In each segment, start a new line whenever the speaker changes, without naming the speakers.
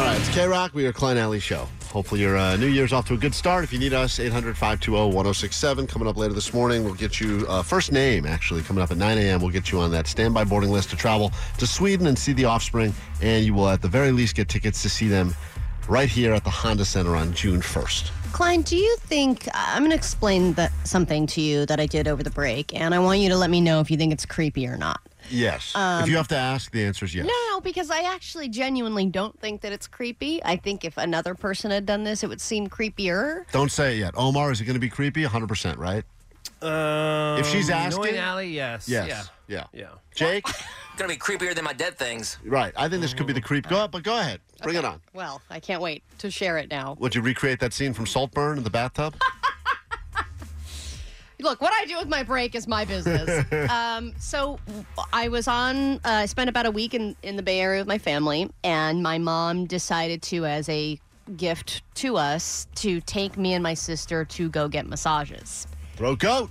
All right, it's K Rock. We are Klein Alley Show. Hopefully, your uh, new year's off to a good start. If you need us, 800 520 1067. Coming up later this morning, we'll get you uh, first name, actually, coming up at 9 a.m. We'll get you on that standby boarding list to travel to Sweden and see the offspring. And you will, at the very least, get tickets to see them right here at the Honda Center on June 1st.
Klein, do you think I'm going to explain that something to you that I did over the break, and I want you to let me know if you think it's creepy or not.
Yes. if you have to ask, the answer is yes.
No, because I actually genuinely don't think that it's creepy. I think if another person had done this, it would seem creepier.
Don't say it yet. Omar, is it going to be creepy? 100%, right?
Um,
If she's asking-
knowing Allie, yes,
Yes.
yeah.
Yeah.
Yeah.
Jake?
gonna be creepier than my dead things.
right. I think this could be the creep. Go, but go ahead. Bring it on.
Well, I can't wait to share it now.
Would you recreate that scene from Saltburn in the bathtub?
Look, what I do with my break is my business. um, so I was on, uh, I spent about a week in, in the Bay Area with my family, and my mom decided to, as a gift to us, to take me and my sister to go get massages.
Throw goat.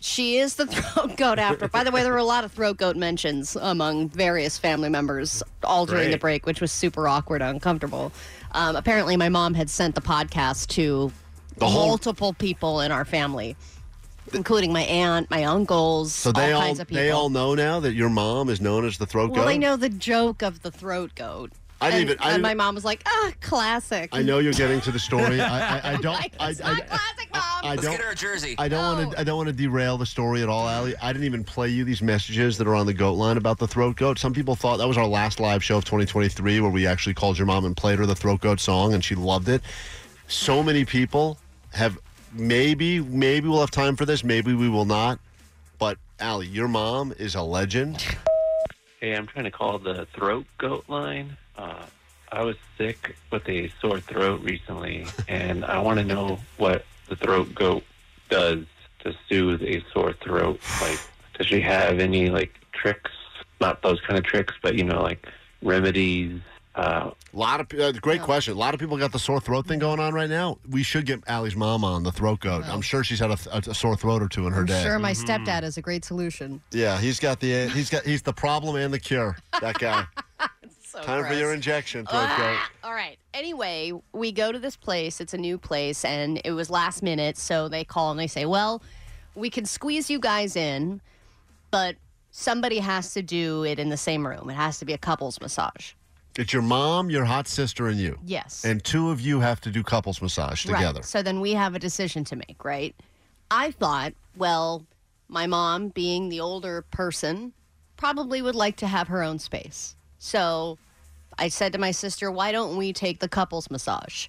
She is the throat goat after. By the way, there were a lot of throat goat mentions among various family members all during the
Great.
break, which was super awkward and uncomfortable. Um, apparently, my mom had sent the podcast to
The whole-
multiple people in our family, including my aunt, my uncles,
So they all,
all, kinds of people.
they all know now that your mom is known as the throat
well,
goat.
they know the joke of the throat goat.
I didn't
and,
even- I
and
didn't-
my mom was like, ah, classic.
I know you're getting to the story. I, I, I don't.
Like,
I,
it's
I,
not classic, mom.
I
Let's
don't.
get her a jersey.
I don't want
No.
to. I don't want to derail the story at all, Allie. I didn't even play you these messages that are on the goat line about the throat goat. Some people thought that was our last live show of 2023, where we actually called your mom and played her the throat goat song, and she loved it. So many people have. Maybe, maybe we'll have time for this. Maybe we will not. But Allie, your mom is a legend.
Hey, I'm trying to call the throat goat line. Uh, I was sick with a sore throat recently, and I want to know what the throat goat does to soothe a sore throat. Like, does she have any like tricks? Not those kind of tricks, but you know, like remedies. Uh,
A lot of pe- uh, great question. A lot of people got the sore throat thing going on right now. We should get Allie's mom on the throat goat. I'm sure she's had a, th- a sore throat or two in her
I'm
day.
sure my
Mm-hmm.
stepdad is a great solution.
Yeah, he's got the he's got he's the problem and the cure. That guy.
So
Time for
gross.
your injection, throat goat.
Ah, All right. Anyway, we go to this place. It's a new place, and it was last minute. So they call and they say, Well, we can squeeze you guys in, but somebody has to do it in the same room. It has to be a couples massage.
It's your mom, your hot sister, and you.
Yes.
And two of you have to do couples massage
Right.
together.
So then we have a decision to make, right? I thought, well, my mom, being the older person, probably would like to have her own space. So I said to my sister, why don't we take the couples massage?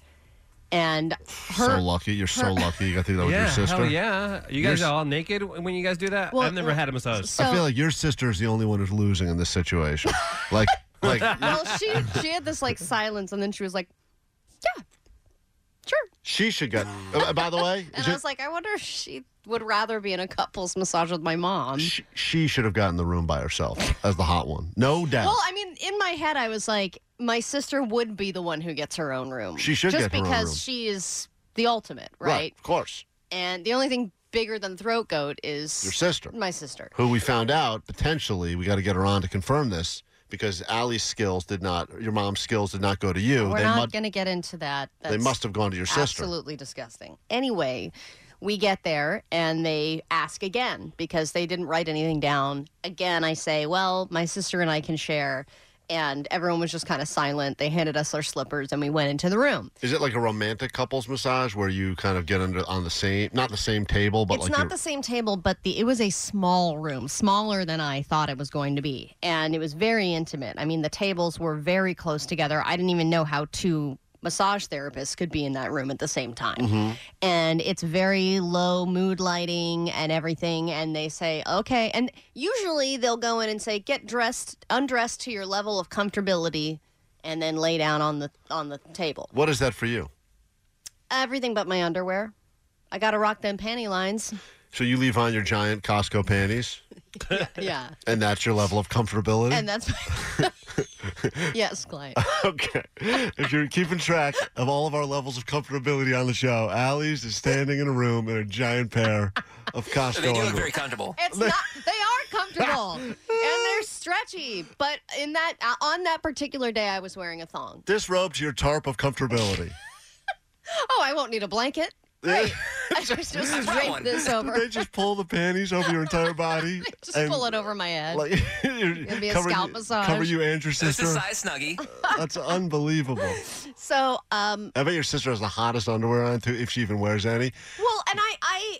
And her
so lucky. You're so lucky you got to do that with
yeah,
your sister.
hell yeah. You
Your
guys
s-
are all naked when you guys do that?
Well,
I've never
well,
had a massage.
so
I feel like your sister is the only one who's losing in this situation. like like
well, she she had this like silence, and then she was like, "Yeah, sure."
she should get uh, by the way,
And
is
I
it-
was like, "I wonder if she would rather be in a couples massage with my mom."
sh- she should have gotten the room by herself as the hot one. No doubt.
Well, I mean, in my head, I was like, my sister would be the one who gets her own room.
She should
just
get her own
because
room.
she is the ultimate, right?
Of course.
And the only thing bigger than throat goat is
Your sister.
my sister.
who we found out potentially we got to get her on to confirm this because Allie's skills did not, your mom's skills did not go to you.
We're
they
not
mu-
going to get into that.
they
That's-
must have gone to your sister.
Absolutely disgusting. Anyway, we get there and they ask again because they didn't write anything down. Again, I say, well, my sister and I can share. and everyone was just kind of silent. They handed us our slippers and we went into the room.
Is it like a romantic couples massage where you kind of get under on the same, not the same table, but
it's
like
not
you're-
the same table, but the it was a small room, smaller than I thought it was going to be, and it was very intimate. I mean, the tables were very close together. I didn't even know how two massage therapists could be in that room at the same time.
Mm-hmm.
And it's very low mood lighting and everything and they say, "Okay." And usually they'll go in and say, "Get dressed, undressed to your level of comfortability." And then lay down on the on the table.
what is that for you?
Everything but my underwear. I gotta rock them panty lines.
So you leave on your giant Costco panties,
Yeah.
and that's your level of comfortability.
And that's yes, client.
okay, if you're keeping track of all of our levels of comfortability on the show, Allie's is standing in a room in a giant pair of
They
Costco
do look
underwear.
very comfortable.
It's not. They are comfortable and they're stretchy. But in that uh, on that particular day, I was wearing a thong.
Disrobe to your tarp of comfortability.
Oh, I won't need a blanket. Great. I just just drape
one.
this over.
they just pull the panties over your entire body.
Just pull it over my head.
Like, It'll
It'd be a scalp massage.
Cover you and your
This
sister.
is size snuggie.
That's unbelievable.
So, um,
I bet your sister has the hottest underwear on too, if she even wears any.
well, and I, I,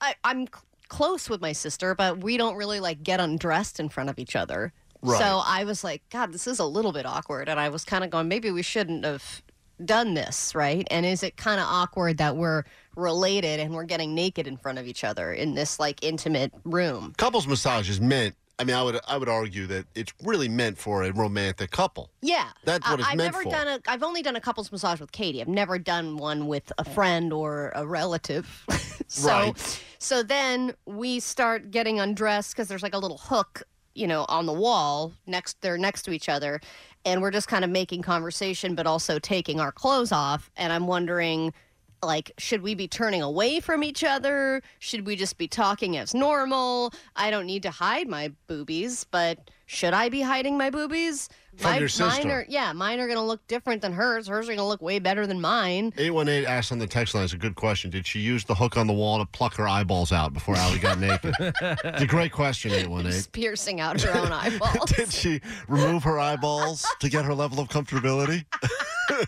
I I'm cl- close with my sister, but we don't really like get undressed in front of each other.
Right.
So I was like, God, this is a little bit awkward, and I was kind of going, maybe we shouldn't have done this, right? And is it kind of awkward that we're related and we're getting naked in front of each other in this like intimate room?
Couples massage is meant. I mean, I would I would argue that it's really meant for a romantic couple.
Yeah,
That's what it's
I've
meant
never
for.
done a. I've only done a couples massage with Katie. I've never done one with a friend or a relative. so,
Right.
so then we start getting undressed because there's like a little hook, you know, on the wall next. They're next to each other, and we're just kind of making conversation, but also taking our clothes off. And I'm wondering. Like, should we be turning away from each other? Should we just be talking as normal? I don't need to hide my boobies, but should I be hiding my boobies?
From
My-
your sister.
Mine are, yeah, mine are going to look different than hers. Hers are going to look way better than mine.
Eight one eight asked on the text line. It's a good question. Did she use the hook on the wall to pluck her eyeballs out before Allie got naked? It's a great question. Eight one eight.
Just piercing out her own eyeballs.
Did she remove her eyeballs to get her level of comfortability?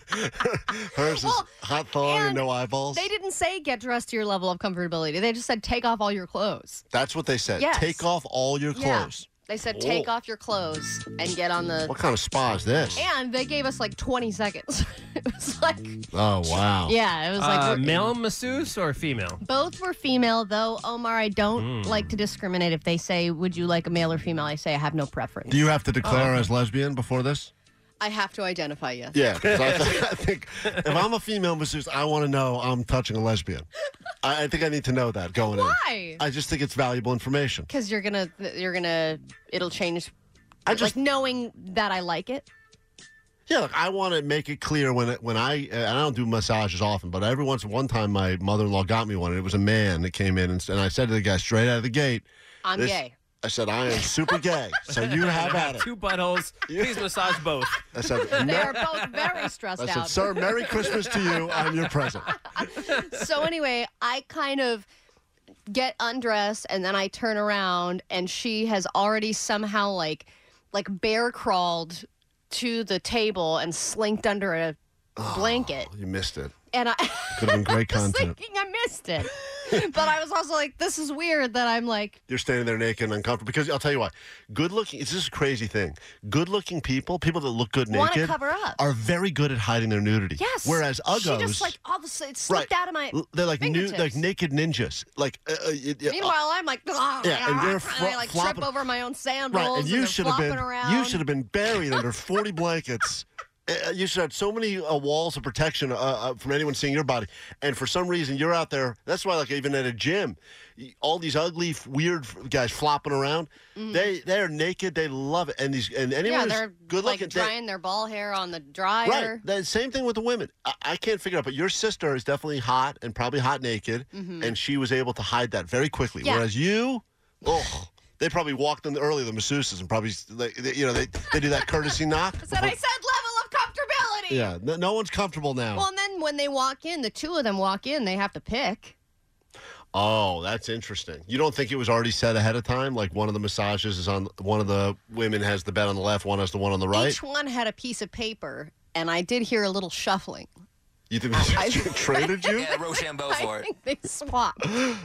Hers is
Well,
hot thong and,
and
no eyeballs.
they didn't say get dressed to your level of comfortability. They just said take off all your clothes.
That's what they said.
Yes.
Take off all your clothes.
Yeah. They said take
Oh.
off your clothes and get on the.
What kind of spa is this?
And they gave us like 20 seconds. it was like,
Oh wow.
yeah, it was like.
uh,
we're-
male masseuse or female?
Both were female, though, Omar. I
Hmm.
don't like to discriminate. If they say, Would you like a male or female? I say, I have no preference.
Do you have to
Uh-huh.
declare as lesbian before this?
I have to identify, yes.
Yeah, 'cause I, I think if I'm a female masseuse, I want to know I'm touching a lesbian. I, I think I need to know that going
Why?
in. I just think it's valuable information.
because you're gonna you're gonna it'll change
I just
like knowing that i like it
yeah, look, I want to make it clear when it, when I and I don't do massages often, but every once one time my mother-in-law got me one, and it was a man that came in, and, s- and I said to the guy straight out of the gate,
i'm
This-
gay
I said I am super gay, so you have at it.
Two buttholes. Please massage both.
I said.
they
"No."
are both very stressed
I said,
out
sir, Merry Christmas to you. I'm your present.
so anyway i kind of get undressed and then i turn around and she has already somehow like like bear crawled to the table and slinked under a blanket
Oh, You missed it.
and i
Could have been great
was
content.
thinking i missed it but i was also like this is weird that i'm like
you're standing there naked and uncomfortable. Because I'll tell you why. Good looking, it's just a crazy thing. Good looking people, people that look good
Wanna
naked,
cover up.
are very good at hiding their nudity.
yes
Whereas uggos,
she just like all of a sudden it slipped
Right.
out of my
l- they're like new,
fingertips.
like naked ninjas. Like, uh, uh, y- y- uh,
Meanwhile, I'm like, "Ugh,"
Yeah, and you're
I, like
fro- flopping-
trip over my own sandals.
right. And you
they're
should have
flopping
been,
Around.
you should have been buried under 40 blankets. Uh, You should have so many uh, walls of protection uh, uh, from anyone seeing your body, and for some reason you're out there. That's why, like even at a gym, y- all these ugly, f- weird f- guys flopping around. They they are naked. They love it, and these and anyone
Hmm. Mm-hmm.
who's
Yeah, they're
good
like
looking. they-
drying their ball hair on the dryer.
Right. The same thing with the women. I, I can't figure it out, but your sister is definitely hot and probably hot naked, and she was able to hide that very quickly.
Mm-hmm. Yeah.
Whereas you, oh, they probably walked in early, the masseuses, and probably, they, they- you know, they, they do that courtesy knock.
I said, I said level of comfortability.
yeah, no, no one's comfortable now.
Well, and then when they walk in, the two of them walk in, they have to pick.
Oh, that's interesting. You don't think it was already said ahead of time? Like one of the massages is on one of the women has the bed on the left, one has the one on the right.
Each one had a piece of paper, and I did hear a little shuffling.
You think they traded you?
Yeah, Rochambeau
I
for it.
think they swapped. and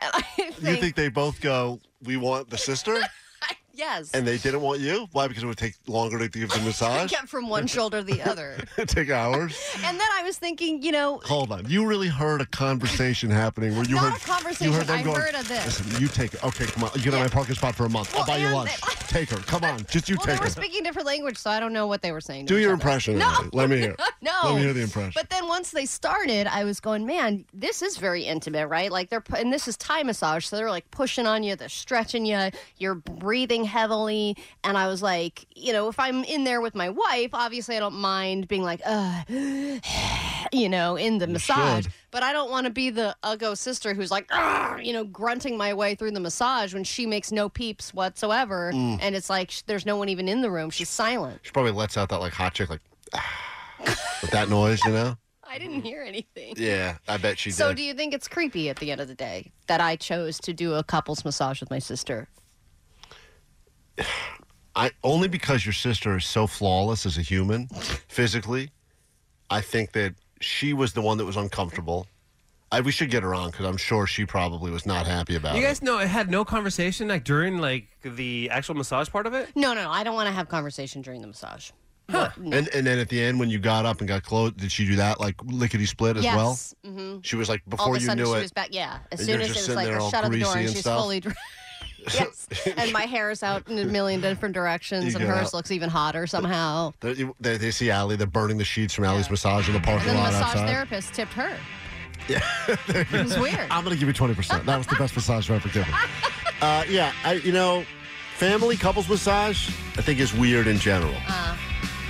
I think,
You think they both go, "We want the sister,"
yes.
and they didn't want you? Why? Because it would take longer to give the
I
massage.
kept from one shoulder to the other.
take hours.
and then I was thinking, you know,
Hold on. You really heard a conversation happening where you
Not
heard
a conversation.
You heard them
I
going,
heard of this.
Listen, you take. Okay, come on. You get on my parking spot for a month. I'll
Well,
buy you
and
lunch. take her. Come on. Just you
well,
take
they
her.
were speaking different language, so I don't know what they were saying. to
Do
each
your
other.
impression. No. Let me hear.
No.
Let me hear the impression.
But then once they started, I was going, man, this is very intimate, right? Like they're pu- and this is Thai massage, so they're like pushing on you, they're stretching you, you're breathing heavily, and I was like, you know, if I'm in there with my wife, obviously I don't mind being like, uh, you know, in the massage,
should.
but I don't want to be the uggo sister who's like, "Argh," you know, grunting my way through the massage when she makes no peeps whatsoever,
Mm.
and it's like sh- there's no one even in the room, she's silent.
she probably lets out that like hot chick like with that noise, you know?
I didn't hear anything.
Yeah, I bet she
So,
did.
do you think it's creepy at the end of the day that I chose to do a couples massage with my sister?
I only because your sister is so flawless as a human, physically. I think that she was the one that was uncomfortable. I, we should get her on because I'm sure she probably was not happy about
You
it.
guys know it had no conversation like during like the actual massage part of it.
No, no, I don't want to have conversation during the massage. Mm.
And and then at the end when you got up and got clothed, did she do that like lickety split as
yes.
well?
hmm
She was like
All
before
of a
you
sudden,
knew
she
it.
was back. Yeah. As
and you're
soon as
just
it was
sitting
like,
there all
shut up the door,
greasy
and
and
she's
stuff.
fully dressed. yes. And my hair is out in a million different directions,
You
and
get
hers
out.
looks even hotter somehow.
They- you- They, they see Allie. They're burning the sheets from Allie's massage in the parking
And then the
lot
massage
outside.
therapist tipped her. Yeah. it was weird.
I'm gonna give you twenty percent. That was the best massage I've ever given. Uh, yeah, I, you know, family couples massage I think is weird in general.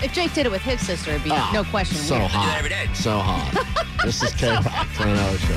If Jake did it with his sister, it'd be
Ah,
no question
So
weird.
hot,
every day.
so hot. this is K Rock, Clan Alley Show.